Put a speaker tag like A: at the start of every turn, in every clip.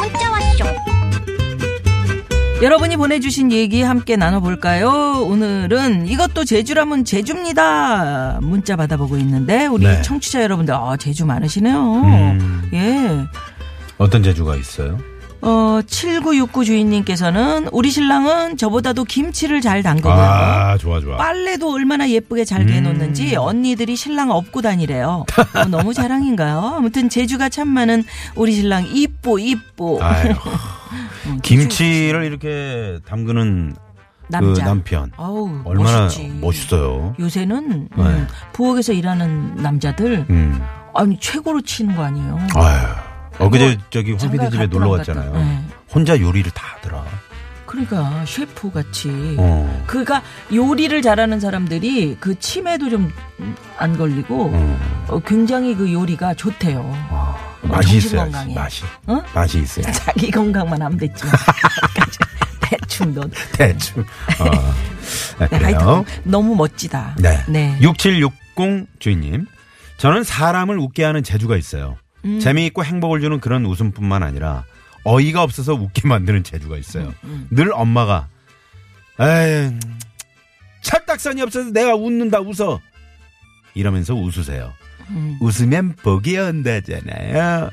A: 문자 왔쇼
B: 여러분이 보내주신 얘기 함께 나눠볼까요? 오늘은 이것도 제주라면 제주입니다. 문자 받아보고 있는데 우리
C: 네.
B: 청취자 여러분들 아 제주 많으시네요.
C: 음.
B: 예.
C: 어떤 재주가 있어요?
B: 어 7969 주인님께서는 우리 신랑은 저보다도 김치를 잘 담그고요.
C: 아, 음. 좋아, 좋아.
B: 빨래도 얼마나 예쁘게 잘 개놓는지 언니들이 신랑 업고 다니래요. 어, 너무 자랑인가요? 아무튼 제주가 참 많은 우리 신랑 이뻐 이뻐
C: 아유,
B: 음,
C: 김치를 이렇게 담그는
B: 남자.
C: 그 남편.
B: 아우
C: 얼마나
B: 멋있지.
C: 멋있어요.
B: 요새는
C: 네.
B: 음, 부엌에서 일하는 남자들
C: 음.
B: 아니 최고로 치는 거 아니에요.
C: 아유. 어그제 저기
B: 뭐, 장가
C: 황피디 집에
B: 갈
C: 놀러
B: 거랑
C: 갔잖아요.
B: 같다. 네.
C: 혼자 요리를 다 하더라.
B: 그러니까 셰프 같이.
C: 어.
B: 그러니까 요리를 잘하는 사람들이 그 치매도 좀 안 걸리고
C: 어.
B: 어, 굉장히 그 요리가 좋대요.
C: 아,
B: 어,
C: 맛이
B: 정신
C: 있어야지.
B: 건강에.
C: 맛이.
B: 어?
C: 맛이 있어야
B: 자기 건강만 하면 됐지. 대충 넌
C: 대충. 어.
B: 네,
C: 네, 그래요.
B: 하여튼 너무 멋지다.
C: 네. 6760 주인님. 저는 사람을 웃게 하는 재주가 있어요.
B: 음.
C: 재미있고 행복을 주는 그런 웃음뿐만 아니라 어이가 없어서 웃게 만드는 재주가 있어요.
B: 음,
C: 늘 엄마가 에이 찰떡선이 없어서 내가 웃는다 웃어 이러면서 웃으세요.
B: 음.
C: 웃으면 복이 온다잖아요.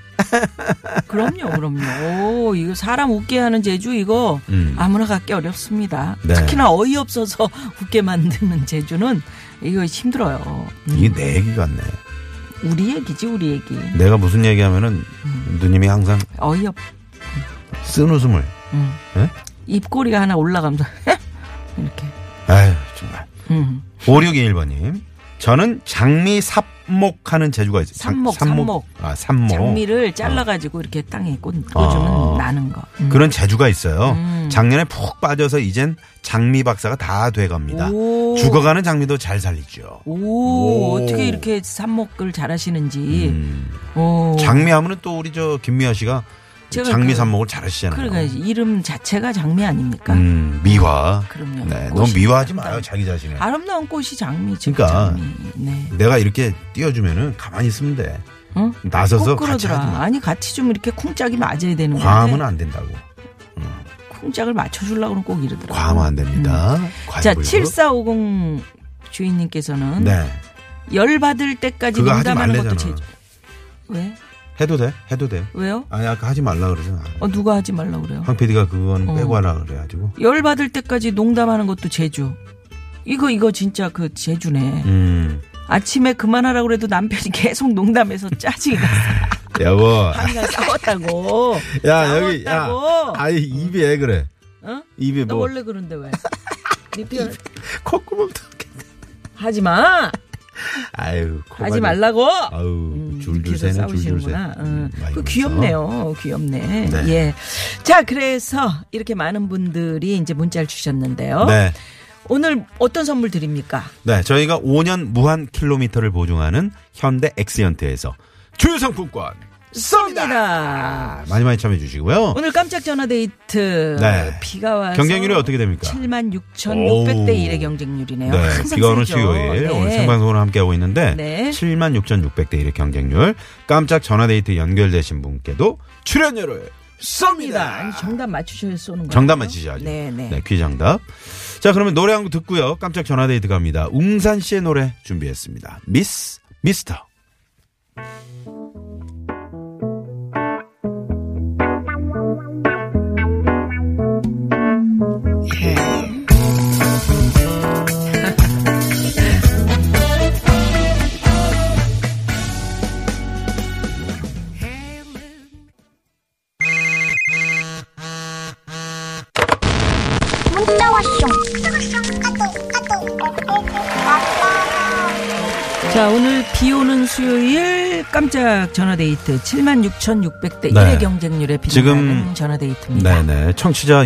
B: 그럼요, 그럼요. 오, 이거 사람 웃게 하는 재주 이거
C: 음.
B: 아무나 갖기 어렵습니다.
C: 네.
B: 특히나 어이없어서 웃게 만드는 재주는 이거 힘들어요. 음,
C: 이게 내 얘기 같네.
B: 우리 얘기지, 우리 얘기.
C: 내가 무슨 얘기하면은
B: 음.
C: 누님이 항상
B: 어이없.
C: 쓴 웃음을.
B: 음.
C: 에?
B: 입꼬리가 하나 올라가면서 이렇게.
C: 아유 정말.
B: 음.
C: 5621번님. 저는 장미 삽목하는 재주가 있어요. 장-
B: 삽목, 삽목.
C: 아, 삽목.
B: 장미를 잘라가지고 이렇게 땅에 꽂, 꽂으면
C: 아.
B: 나는 거. 음.
C: 그런 재주가 있어요. 작년에 푹 빠져서 이젠 장미 박사가 다 돼갑니다.
B: 오.
C: 죽어가는 장미도 잘 살리죠.
B: 오,
C: 오.
B: 어떻게 이렇게 삽목을 잘하시는지.
C: 음.
B: 오.
C: 장미 하면은 또 우리 저 김미아 씨가
B: 제가
C: 장미
B: 그-
C: 삽목을 잘 하시잖아요.
B: 그러니까 이름 자체가 장미 아닙니까?
C: 음, 미화.
B: 그럼요.
C: 네,
B: 꽃이
C: 너무 미화하지 마요
B: 아름다운-
C: 자기 자신을.
B: 아름다운 꽃이 장미죠.
C: 그러니까.
B: 장미. 네.
C: 내가 이렇게 띄워주면은 가만히 있으면 돼.
B: 응?
C: 나서서
B: 꼭
C: 같이
B: 그러더라. 네.
C: 하지 마.
B: 아니 같이 좀 이렇게 쿵짝이 맞아야 되는 데
C: 과하면 안 된다고.
B: 쿵짝을 맞춰주려고는 꼭 이러더라.
C: 과하면 안 됩니다. 과잉
B: 음. 자,
C: 보이고.
B: 7450 주인님께서는
C: 네.
B: 열 받을 때까지
C: 그거 하지
B: 농담하는 것도
C: 말래잖아.
B: 제주. 왜?
C: 해도 돼? 해도 돼.
B: 왜요?
C: 아니 아까 하지 말라 그러잖아.
B: 어 누가 하지 말라 그래요?
C: 황 PD가 그건
B: 어.
C: 빼고 하라 그래가지고.
B: 열 받을 때까지 농담하는 것도 제주. 이거 이거 진짜 그 제주네.
C: 음.
B: 아침에 그만하라고 그래도 남편이 계속 농담해서 짜증이 나서
C: 여보.
B: 항상 싸웠다고.
C: 뭐. 야 여기 야.
B: 싸웠다고.
C: 아이 입이 왜 그래?
B: 어?
C: 입이
B: 너
C: 뭐
B: 원래 그런데 왜? 네 표현
C: 콧구멍 도
B: 하지 마.
C: 아유. 코가
B: 하지
C: 좀-
B: 말라고.
C: 아우
B: 음,
C: 줄줄
B: 이렇게 해서
C: 새네 줄줄 새.
B: 싸우시는구나.
C: 음,
B: 응.
C: 많이
B: 그
C: 울었어.
B: 귀엽네요. 귀엽네.
C: 네.
B: 예. 자, 그래서 이렇게 많은 분들이 이제 문자를 주셨는데요.
C: 네.
B: 오늘 어떤 선물 드립니까?
C: 네, 저희가 5년 무한 킬로미터를 보증하는 현대 엑시언트에서 주유상품권
B: 쏩니다.
C: 많이 많이 참여해 주시고요.
B: 오늘 깜짝 전화 데이트.
C: 네.
B: 비가 와서
C: 경쟁률이 어떻게 됩니까?
B: 7만 6,600대
C: 오우.
B: 1의 경쟁률이네요.
C: 네,
B: 아, 항상
C: 비가 오는
B: 세죠.
C: 수요일
B: 네.
C: 오늘 생방송으로 함께하고 있는데
B: 네.
C: 76,600대 1의 경쟁률 깜짝 전화데이트 연결되신 분께도 출연료를 쏩니다.
B: 아니, 정답 맞추셔야 쏘는 거예요.
C: 정답 맞히셔야죠.
B: 네, 네.
C: 네, 퀴즈 정답. 자, 그러면 노래 한 곡 듣고요. 깜짝 전화데이트 갑니다. 웅산 씨의 노래 준비했습니다. 미스 미스터.
A: 문자 왔쇼 까똑 까똑
B: 자, 오늘 비 오는 수요일 깜짝 전화데이트 76,600대
C: 네.
B: 1의 경쟁률에 비례하는
C: 지금-
B: 전화데이트입니다.
C: 네네. 청취자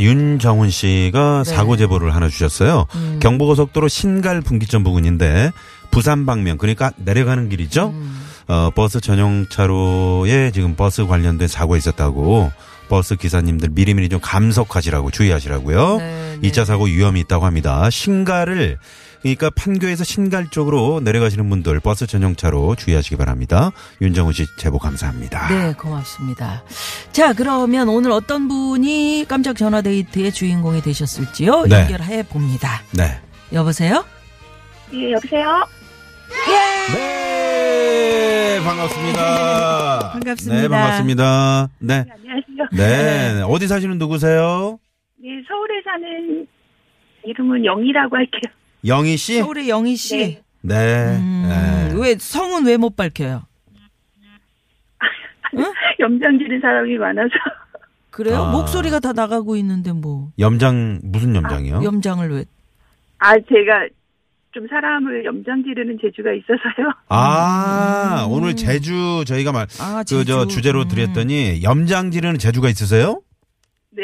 B: 네. 음.
C: 윤정훈 씨가 사고 제보를 하나 주셨어요. 경부고속도로 신갈 분기점 부근인데 부산 방면 그러니까 내려가는 길이죠.
B: 음.
C: 어, 버스 전용차로에 지금 버스 관련된 사고 가 있었다고 버스 기사님들 미리미리 좀 감속하시라고 주의하시라고요.
B: 네, 네.
C: 이 2차 사고 위험이 있다고 합니다. 신갈을 그러니까 판교에서 신갈 쪽으로 내려가시는 분들 버스 전용차로 주의하시기 바랍니다. 윤정우 씨 제보 감사합니다.
B: 네, 고맙습니다. 자, 그러면 오늘 어떤 분이 깜짝 전화 데이트의 주인공이 되셨을지요?
C: 네.
B: 연결해 봅니다.
C: 네.
B: 여보세요? 예!
D: 예, 여보세요?
C: 네, 반갑습니다.
B: 반갑습니다.
C: 네, 반갑습니다. 네.
D: 안녕하세요.
C: 네. 어디 사시는 누구세요?
D: 예, 서울에 사는 이름은 영희라고 할게요.
C: 영희 씨?
B: 서울의 영희 씨.
D: 네.
C: 네.
B: 음,
C: 네.
B: 왜 성은 왜 못 밝혀요?
D: 염장 지른 사람이 많아서.
B: 그래요?
C: 아.
B: 목소리가 다 나가고 있는데 뭐
C: 염장 무슨 염장이요?
B: 염장을 왜?
D: 아, 제가 좀 사람을 염장 지르는 재주가 있어서요.
C: 아, 오늘 제주 저희가 말,
B: 아,
C: 그, 저,
B: 제주.
C: 주제로
B: 음.
C: 드렸더니, 염장지르는 제주가 있으세요?
D: 네.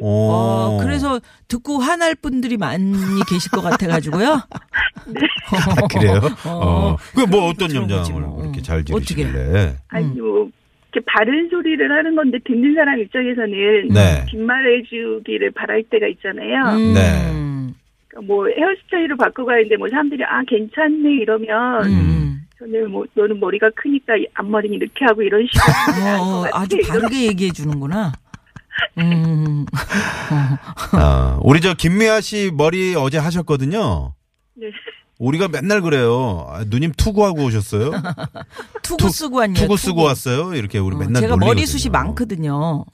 C: 오.
B: 어, 그래서 듣고 화날 분들이 많이 계실 것 같아가지고요.
C: 아, 그래요?
B: 어.
C: 어. 그 뭐 어떤
B: 그런 거지
C: 염장을
B: 뭐.
C: 그렇게
B: 음.
C: 잘
B: 어떻게?
C: 지르시길래.
B: 음.
D: 아니, 뭐, 이렇게 바른 소리를 하는 건데 듣는 사람 입장에서는
C: 네.
D: 뒷말해주기를 바랄 때가 있잖아요.
B: 음.
C: 네.
D: 그러니까 뭐 헤어스타일을 바꾸고 하는데 뭐 사람들이 아, 괜찮네 이러면
B: 음.
D: 저는 뭐 너는 머리가 크니까 이 앞머리 이렇게 하고 이런 식으로.
B: 어,
D: 할것
B: 어,
D: 같아요.
B: 아주 바르게 얘기해 주는구나. 음.
C: 아, 우리 저 김미아 씨 머리 어제 하셨거든요.
D: 네.
C: 우리가 맨날 그래요. 아, 누님 투구하고 오셨어요?
B: 네, 투구 쓰고 왔냐?
C: 투구 쓰고 왔어요? 이렇게 우리
B: 어,
C: 맨날
B: 제가
C: 놀리거든요.
B: 머리숱이 많거든요.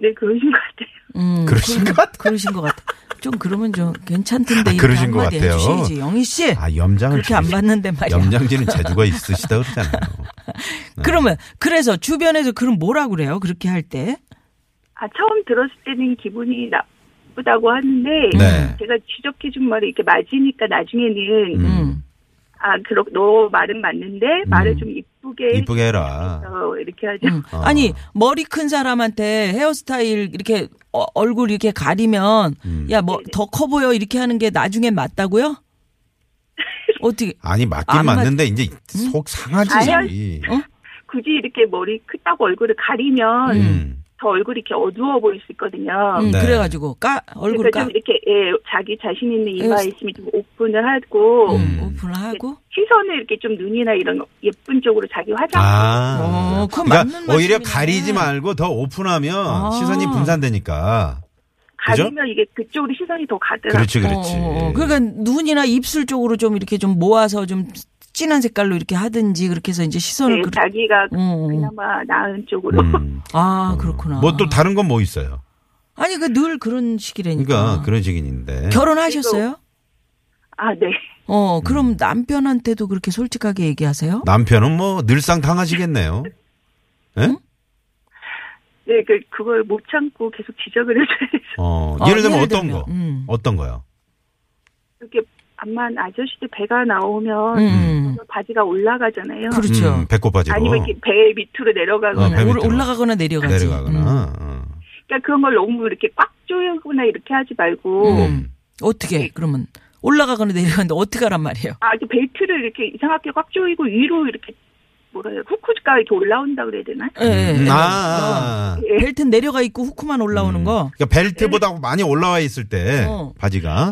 D: 네, 그러신 것 같아요.
B: 음,
C: 그러신
B: 것 같아. 그러신 것 같아. 좀 그러면 좀 괜찮던데. 이렇게
C: 그러신 것
B: 한마디
C: 같아요.
B: 해주시지. 영희 씨.
C: 아, 염장을
B: 네. 그렇게 안
C: 지르시-
B: 봤는데 말이야.
C: 염장지는 재주가 있으시다 그러잖아요. 네.
B: 그러면 그래서 주변에서 그럼 뭐라 그래요? 그렇게 할 때?
D: 아, 처음 들었을 때는 기분이 나쁘다고 하는데,
C: 네.
D: 제가 지적해준 말이 이렇게 맞으니까 나중에는,
C: 음.
D: 아, 그렇, 너 말은 맞는데, 말을 좀 이쁘게,
C: 이쁘게 해라.
D: 어, 이렇게 하죠.
B: 음. 아니 머리 큰 사람한테 헤어스타일 이렇게 어, 얼굴 이렇게 가리면
C: 음.
B: 야 뭐 더 커 보여 이렇게 하는 게 나중엔 맞다고요? 어떻게?
C: 아니 맞긴
B: 안 맞-
C: 맞는데 이제 속 상하지.
D: 아,
C: 어?
D: 굳이 이렇게 머리 크다고 얼굴을 가리면,
C: 음.
D: 더 얼굴이 이렇게 어두워 보일 수 있거든요.
B: 음,
C: 네.
B: 그래가지고 까 얼굴
D: 그러니까
B: 까
D: 좀 이렇게, 예, 자기 자신
B: 네,
D: 있는 이마
B: 에이.
D: 있으면 좀 오픈을 하고,
B: 음, 오픈하고
D: 시선을 이렇게 좀 눈이나 이런 예쁜 쪽으로 자기 화장.
C: 아.
B: 어, 그건
C: 그러니까
B: 맞는
C: 오히려
B: 말씀이네.
C: 가리지 말고 더 오픈하면
B: 아.
C: 시선이 분산되니까. 그죠?
D: 가리면 이게 그쪽으로 시선이 더 가더라고요.
C: 그렇지 그렇지.
B: 어, 어, 그러니까 눈이나 입술 쪽으로 좀 이렇게 좀 모아서 좀 진한 색깔로 이렇게 하든지 그렇게 해서 이제 시선을
D: 예,
B: 그렇-
D: 자기가
B: 어, 어.
D: 그나마 나은 쪽으로.
C: 그렇죠. 음.
B: 아 그렇구나.
C: 뭐 또 다른 건 뭐 있어요?
B: 아니 그 늘 그런 식이라니까.
C: 그러니까 그런 식인데.
B: 결혼하셨어요?
D: 아, 네.
B: 어
C: 음.
B: 그럼 남편한테도 그렇게 솔직하게 얘기하세요?
C: 남편은 뭐 늘상 당하시겠네요. 예?
D: 네, 그, 그걸 못 참고 계속 지적을 해줘야 돼서.
C: 어,
B: 아,
C: 예를 들면
B: 예를
C: 어떤
B: 들면,
C: 거?
B: 음.
C: 어떤 거요?
D: 이렇게 암만 아저씨들 배가 나오면
B: 음.
D: 바지가 올라가잖아요.
B: 그렇죠. 아,
C: 음, 배꼽 바지로
D: 아니면 이렇게 배 밑으로 내려가거나.
C: 어, 배 밑으로.
B: 올- 올라가거나 내려가지. 음.
C: 내려가거나. 어.
D: 그러니까 그런 걸 너무 이렇게 꽉 조이거나 이렇게 하지
C: 어.
D: 말고.
C: 네.
B: 음. 어떻게 그러면 올라가거나 내려가는데 어떻게 하란 말이에요?
D: 아, 이렇게 벨트를 이렇게 이상하게 꽉 조이고 위로 이렇게 뭐라 해요. 후크가 이렇게 올라온다 그래야 되나?
B: 예, 예,
C: 음,
B: 예.
C: 아, 아, 아.
B: 벨트 내려가 있고 후크만 올라오는
C: 음.
B: 거.
C: 그러니까 벨트보다 많이 올라와 있을 때
B: 어.
C: 바지가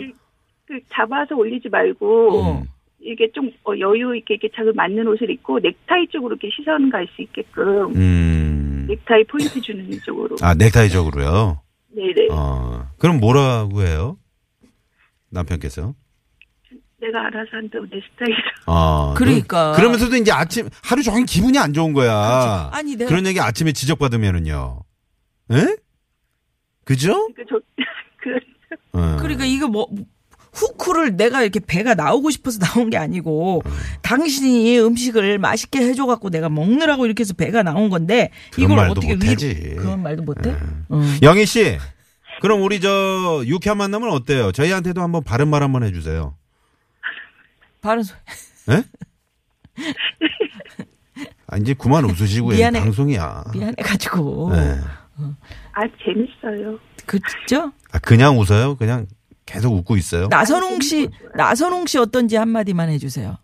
D: 그 잡아서 올리지 말고.
B: 어.
C: 음.
D: 이게 좀 어, 여유 있게 이렇게 잘 맞는 옷을 입고 넥타이 쪽으로 이렇게 시선 갈 수 있게끔
C: 음.
D: 넥타이 포인트 주는 쪽으로.
C: 아, 넥타이적으로요.
D: 네네.
C: 어. 그럼 뭐라고 해요? 남편께서?
D: 내가 알아서 한다. 내 스타일이라.
C: 어.
B: 그러니까.
C: 그럼- 그러면서도 이제 아침 하루 종일 기분이 안 좋은 거야.
B: 그렇지. 아니, 내가-
C: 그런 얘기 아침에 지적받으면은요. 예? 그죠?
D: 그러니까 저, 그,
C: 어.
B: 그러니까 이거 뭐 후크를 내가 이렇게 배가 나오고 싶어서 나온 게 아니고
C: 음.
B: 당신이 음식을 맛있게 해줘 갖고 내가 먹느라고 이렇게 해서 배가 나온 건데
C: 그런
B: 이걸
C: 말도
B: 어떻게
C: 못 하지. 예.
B: 위로 그런 말도 못해? 음.
C: 영희 씨. 그럼 우리 저 유쾌한 만남은 어때요? 저희한테도 한번 바른 말 한번 해 주세요.
B: 바른 소리.
C: 예? 아, 이제 그만 웃으시고 요
B: 미안해.
C: 방송이야.
B: 미안해가지고
C: 예.
D: 아, 재밌어요.
B: 그죠?
C: 아, 그냥 웃어요? 그냥 계속 웃고 있어요?
B: 나선홍 씨 나선홍 씨 어떤지 한마디만 해주세요.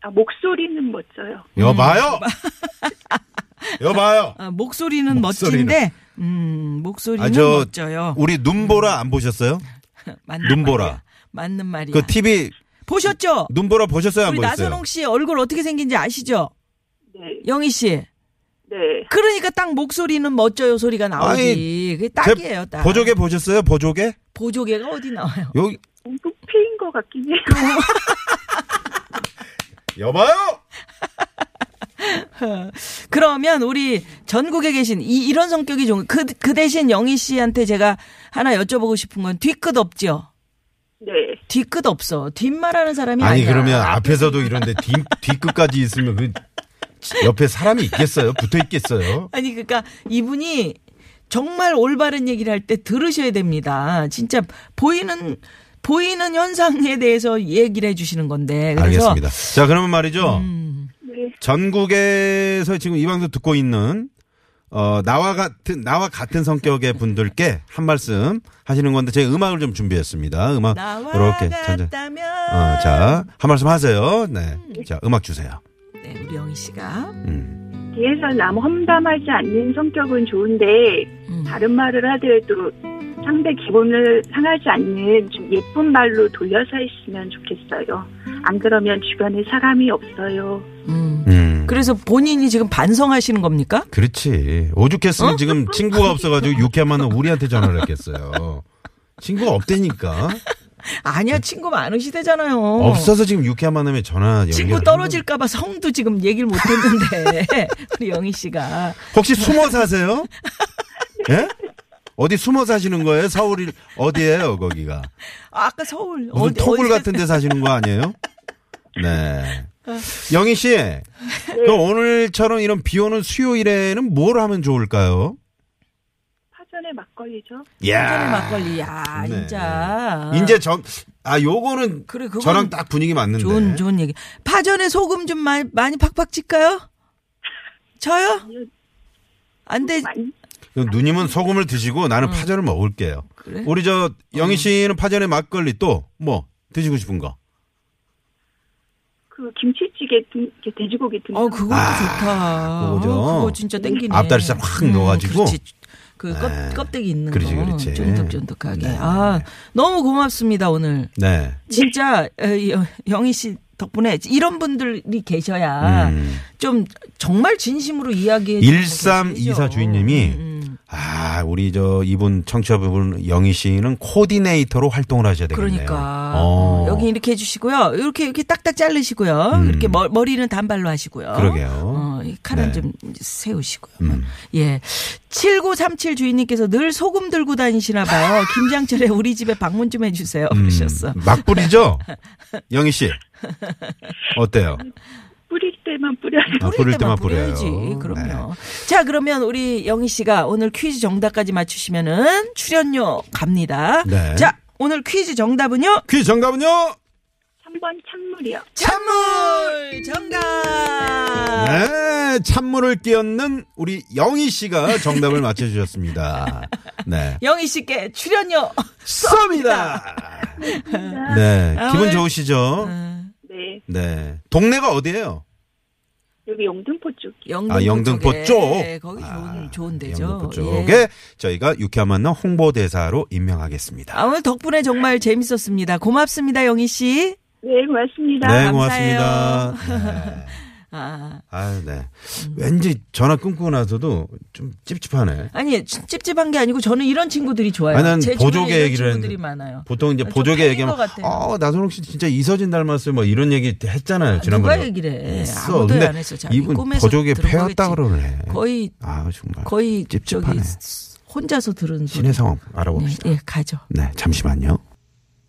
D: 아, 목소리는 멋져요.
C: 여봐요.
B: 음.
C: 여봐요.
B: 아, 목소리는
C: 목소리는.
B: 멋진데 음, 목소리는
C: 아, 저,
B: 멋져요.
C: 우리 눈보라 안 보셨어요?
B: 맞는
C: 눈보라.
B: 말이야. 맞는 말이야.
C: 그 TV
B: 보셨죠?
C: 눈보라 보셨어요? 안
B: 예. 우리
C: 보셨어요?
B: 나선홍 씨 얼굴 어떻게 생긴지 아시죠?
D: 네,
B: 영희 씨.
D: 네.
B: 그러니까 딱 목소리는 멋져요 소리가 나오지.
C: 아니,
B: 그게 딱이에요. 딱.
C: 보조개 보셨어요? 보조개?
B: 보조개가 어디 나와요?
C: 여기
D: 꼭 피인 것 같긴 해요.
C: 여봐요.
B: 그러면 우리 전국에 계신 이 이런 성격이 좋은 그, 그 대신 영희 씨한테 제가 하나 여쭤보고 싶은 건 뒤끝 없죠.
D: 네.
B: 뒤끝 없어. 뒷말하는 사람이
C: 아니
B: 아니야.
C: 그러면 앞에서도 이런데 뒤 뒤끝까지 있으면 그 옆에 사람이 있겠어요? 붙어 있겠어요?
B: 아니 그러니까 이분이 정말 올바른 얘기를 할 때 들으셔야 됩니다. 진짜 보이는 보이는 현상에 대해서 얘기를 해 주시는 건데. 그래서 음.
C: 알겠습니다. 자 그러면 말이죠.
D: 네.
C: 전국에서 지금 이 방송 듣고 있는 어 나와 같은 나와 같은 성격의 분들께 한 말씀 하시는 건데 제가 음악을 좀 준비했습니다. 음악
B: 나와
C: 이렇게 천천히.
B: 같다면
C: 어, 자, 한 말씀 하세요. 네. 자, 음악 주세요.
B: 네, 우리 영희 씨가
C: 음.
D: 뒤에서 남 험담하지 않는 성격은 좋은데
B: 음.
D: 다른 말을 하더라도 상대 기분을 상하지 않는 좀 예쁜 말로 돌려서 했으면 좋겠어요. 안 그러면 주변에 사람이 없어요.
B: 음.
C: 음.
B: 그래서 본인이 지금 반성하시는 겁니까?
C: 그렇지.
B: 어?
C: 오죽했으면 지금
B: 그러니까.
C: 친구가 없어가지고 유쾌하면 우리한테 전화를 했겠어요. 친구가 없다니까.
B: 아니야 친구 많으시대잖아요.
C: 네. 없어서 지금 유쾌한 하면 전화 연결.
B: 친구 떨어질까봐 성도 지금 얘기를 못했는데 우리 영희 씨가
C: 혹시 숨어 사세요? 예? 어디 숨어 사시는 거예요? 서울이 어디예요 거기가?
B: 아, 아까 서울
C: 무슨
B: 어디-
C: 토굴
B: 어디서-
C: 같은 데 사시는 거 아니에요? 네. 영희 씨,
B: 네.
C: 그럼 오늘처럼 이런 비 오는 수요일에는 뭘 하면 좋을까요?
D: 파전에 막걸리죠.
C: 아,
B: 파전에 막걸리 야
C: 네.
B: 진짜
C: 이제 전, 아, 요거는
B: 그래, 그건
C: 저랑 딱 분위기 맞는데.
B: 좋은 좋은 얘기 파전에 소금 좀 많이, 많이 팍팍 찍까요? 저요? 안돼
D: 많이
C: 그럼 누님은 소금을 드시고 나는 파전을 먹을게요.
B: 음. 그래? 어.
C: 우리 저 영희 씨는 파전에 막걸리 또 뭐 드시고 싶은 거?
D: 그 김치찌개 등, 이렇게 돼지고기 등.
B: 어 그것도 좋다
C: 아, 그거죠.
B: 어, 그거 진짜 땡기네 음,
C: 앞다리살 확 넣어가지고.
B: 그렇지. 그
C: 네.
B: 껍, 껍데기 있는
C: 그렇지,
B: 거
C: 그렇지.
B: 쫀득쫀득하게
C: 네.
B: 아 너무 고맙습니다 오늘
C: 네.
B: 진짜 에, 여- 영희 씨 덕분에 이런 분들이 계셔야
C: 음.
B: 좀 정말 진심으로 이야기해 주는
C: 1324
B: 분들이죠. 음,
C: 주인님이 아, 우리 저 이분 청취자분 영희 씨는 코디네이터로 활동을 하셔야 되겠네요.
B: 그러니까
C: 어.
B: 여기 이렇게 해주시고요 이렇게 이렇게 딱딱 자르시고요 이렇게 머, 머리는 단발로 하시고요
C: 음. 그러게요.
B: 어, 이 칼은
C: 네.
B: 좀 세우시고요.
C: 음.
B: 예. 7937 주인님께서 늘 소금 들고 다니시나 봐요. 김장철에 우리 집에 방문 좀 해주세요. 그러셨어.
C: 음, 막불이죠? 영희 씨. 어때요?
D: 뿌릴 때만 뿌려요.
C: 아,
B: 뿌릴
C: 뿌릴 때만 뿌려요.
B: 뿌려야지.
C: 네.
B: 그럼요. 자, 그러면 우리 영희 씨가 오늘 퀴즈 정답까지 맞추시면은 출연료 갑니다.
C: 네.
B: 자, 오늘 퀴즈 정답은요?
C: 퀴즈 정답은요?
D: 3번 찬물이요.
B: 찬물 정답.
C: 네, 찬물을 끼얹는 우리 영희 씨가 정답을 맞춰주셨습니다. 네.
B: 영희 씨께 출연료.
C: 쏩니다! 네,
B: 아,
C: 기분
B: 오늘- 음.
C: 좋으시죠?
D: 네.
C: 네. 동네가 어디예요?
D: 여기 영등포 쪽.
B: 영등포,
C: 아, 영등포
B: 쪽에. 네,
C: 쪽.
B: 거기 좋은,
C: 아,
B: 좋은 데죠.
C: 영등포
B: 예.
C: 쪽에 저희가 유쾌한 만남 홍보대사로 임명하겠습니다.
B: 아, 오늘 덕분에 정말 재밌었습니다. 고맙습니다, 영희 씨.
D: 네, 고맙습니다.
C: 네,
B: 아, 감사해요.
C: 고맙습니다. 네.
B: 아,
C: 아, 네. 왠지 전화 끊고 나서도 좀 찝찝하네.
B: 아니, 찝찝한 게 아니고 저는 이런 친구들이 좋아요.
C: 아니, 난
B: 제
C: 보조개
B: 주변에 이런
C: 얘기를
B: 친구들이
C: 했는데.
B: 많아요.
C: 보통 이제
B: 좀
C: 보조개
B: 팔린
C: 얘기하면
B: 것 같아요.
C: 어 나선홍 씨 진짜 이서진 닮았어요 뭐 이런 얘기 했잖아요 지난번에
B: 누가 얘기를 해?
C: 했어.
B: 아무도
C: 근데
B: 안 했어. 자기
C: 이분
B: 꿈에서
C: 보조개
B: 들은
C: 패였다
B: 거겠지.
C: 그러네
B: 거의,
C: 아 정말
B: 거의 저기
C: 찝찝하네.
B: 혼자서 들은 소리.
C: 신의 상황
B: 네,
C: 알아봅시다
B: 예, 가죠.
C: 네 잠시만요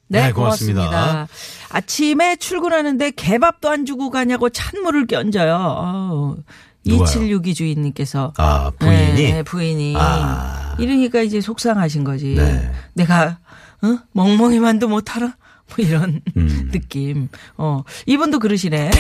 B: 네,
C: 네, 고맙습니다.
B: 고맙습니다. 아침에 출근하는데 개밥도 안 주고 가냐고 찬물을 껴얹어요. 아우,
C: 누가요?
B: 2762 주인님께서.
C: 아 부인이
B: 네, 부인이.
C: 아.
B: 이러니까 이제 속상하신 거지.
C: 네.
B: 내가, 어? 멍멍이만도 못하라? 뭐 이런
C: 음.
B: 느낌. 어, 이분도 그러시네.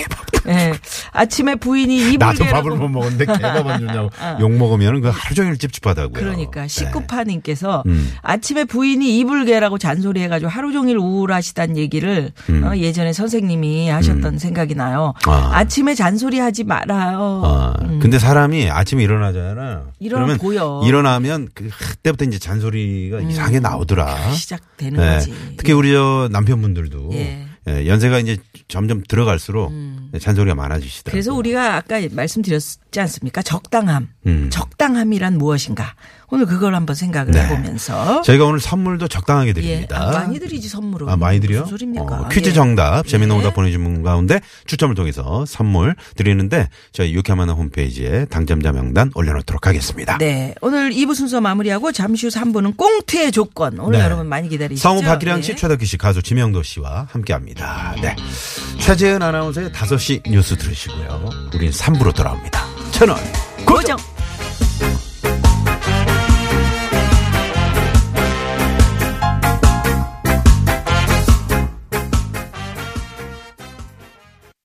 B: 예. 아침에 부인이
C: 나도
B: 이불개라고
C: 밥을 못 먹었는데 개밥안 주냐고 욕 먹으면 그 하루 종일 찝찝하다고요.
B: 그러니까
C: 네.
B: 19파님께서
C: 음.
B: 아침에 부인이 이불개라고 잔소리해가지고 하루 종일 우울하시단 얘기를 어, 예전에 선생님이 하셨던 생각이 나요.
C: 음. 아.
B: 아. 침에 잔소리하지 말아요.
C: 아, 근데 사람이 아침에 일어나잖아.
B: 음. 일어나
C: 그러면
B: 보여. 음.
C: 일어나면 그- 그때부터 이제 잔소리가 이상하게 나오더라.
B: 시작되는
C: 네.
B: 거지.
C: 특히 우리 저 남편분들도
B: 예. 음.
C: 예, 연세가 이제 점점 들어갈수록 잔소리가 많아지시더라고요.
B: 그래서 우리가 아까 말씀드렸지 않습니까? 적당함.
C: 음.
B: 적당함이란 무엇인가. 오늘 그걸 한번 생각을
C: 네.
B: 해보면서.
C: 저희가 오늘 선물도 적당하게
B: 예.
C: 드립니다.
B: 아, 많이 드리지 선물로.
C: 아, 많이 드려?
B: 무슨 소리입니까?
C: 어, 퀴즈
B: 예.
C: 정답, 재미있는
B: 예.
C: 오답 보내주신 분 가운데 추첨을 통해서 선물 드리는데 저희 유쾌한 만화 홈페이지에 당첨자 명단 올려놓도록 하겠습니다.
B: 네. 오늘 2부 순서 마무리하고 잠시 후 3부는 꽁트의 조건. 오늘
C: 네.
B: 여러분 많이 기다리시죠.
C: 성우 박기량 씨,
B: 예.
C: 최덕기 씨, 가수 지명도 씨와 함께 합니다. 네. 최재은 아나운서의 5시 뉴스 들으시고요. 우린 3부로 돌아옵니다. 채널
B: 고정.